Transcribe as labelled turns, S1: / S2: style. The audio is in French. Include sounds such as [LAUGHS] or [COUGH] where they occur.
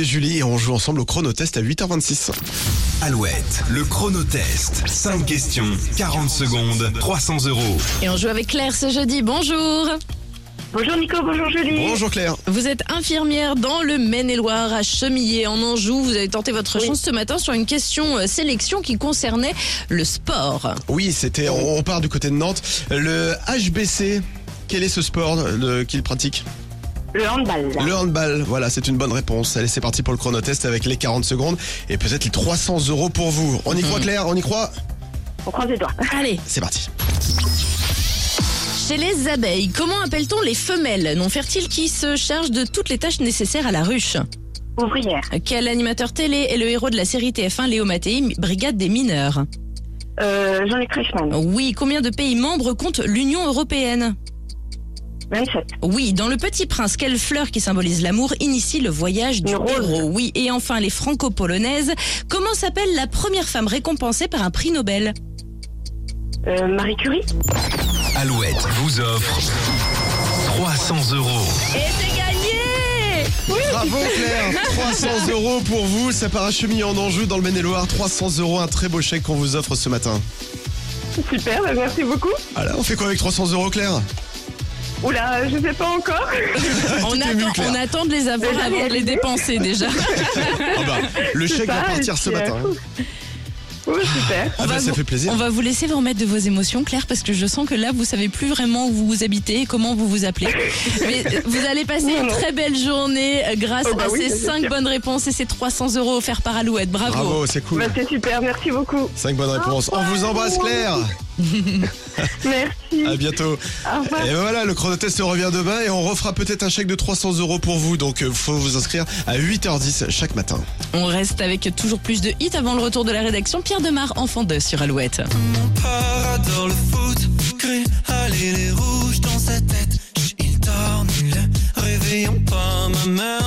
S1: Julie et on joue ensemble au chronotest à 8h26.
S2: Alouette, le chronotest. 5 questions, 40 secondes, 300 euros.
S3: Et on joue avec Claire ce jeudi. Bonjour.
S4: Bonjour Nico, bonjour Julie.
S1: Bonjour Claire.
S3: Vous êtes infirmière dans le Maine-et-Loire, à Chemillé, en Anjou. Vous avez tenté votre chance ce matin sur une question euh, sélection qui concernait le sport.
S1: Oui, c'était. On, on part du côté de Nantes. Le HBC. Quel est ce sport euh, qu'il pratique
S4: Le handball.
S1: Le handball. Voilà, c'est une bonne réponse. Allez, c'est parti pour le chronotest avec les 40 secondes et peut-être les 300 euros pour vous. On y
S3: Mhm.
S1: croit, Claire On y croit
S4: On croise les doigts.
S3: Allez,
S1: C'est parti.
S3: chez les abeilles, comment appelle-t-on les femelles non fertiles qui se chargent de toutes les tâches nécessaires à la ruche
S4: Ouvrière.
S3: Quel animateur télé est le héros de la série TF1 Léo Mattei, Brigade des mineurs
S4: Euh, Jean-Luc Reichmann.
S3: Oui, combien de pays membres compte l'Union européenne
S4: 27.
S3: Oui, dans Le Petit Prince, quelle fleur qui symbolise l'amour initie le voyage du
S4: Une rose.
S3: héros Oui, et enfin les franco-polonaises. Comment s'appelle la première femme récompensée par un prix Nobel
S4: Euh, Marie Curie.
S2: Alouette vous offre 300 euros.
S3: Et c'est gagné
S1: Bravo Claire 300 euros pour vous. Ça part à Chemillé en Anjou dans le Maine-et-Loire. 300 euros, un très beau chèque qu'on vous offre ce matin.
S4: Super, bah, merci beaucoup.
S1: Alors, on fait quoi avec 300 euros, Claire
S4: Oula, euh, je sais pas encore.
S3: Ah, on,
S4: Ah,
S1: est
S3: attend,
S1: mieux, Claire.
S3: on attend de les avoir
S4: Déjà,
S3: avant de les
S4: réalisé.
S3: dépenser déjà.
S4: [LAUGHS]
S1: Ah bah, le
S4: C'est
S1: chèque va
S4: ça,
S1: partir ce
S4: et puis,
S1: matin.
S4: euh, Oh,
S1: Ah
S4: super.
S3: On
S1: bah,
S3: va
S1: ça
S3: vous-
S1: fait plaisir.
S3: On va vous laisser vous remettre de vos émotions, Claire, parce que je sens que là, vous savez plus vraiment où vous habitez et comment vous vous appelez. Mais euh, vous allez passer
S4: Non,
S3: une
S4: non.
S3: très belle journée euh, grâce
S4: Oh bah
S3: à
S4: oui,
S3: ces
S4: ça, c'est
S3: 5
S4: sûr.
S3: bonnes réponses et ces 300 euros offerts par Alouette.
S1: Bravo, c'est cool.
S4: Bah, c'est super, merci beaucoup.
S1: 5 bonnes réponses. On vous embrasse Claire.
S4: [LAUGHS] Merci.
S1: À bientôt.
S4: Au revoir.
S1: Et ben voilà, le chronotest revient demain et on refera peut-être un chèque de 300 euros pour vous. Donc euh, faut vous inscrire à 8h10 chaque matin.
S3: On reste avec toujours plus de hits avant le retour de la rédaction. Pierre Demar, enfant 2 sur Alouette.
S5: part adore le foot. Crée, allez les rouges dans sa tête. Chut, Il torne le réveillons pas ma mère.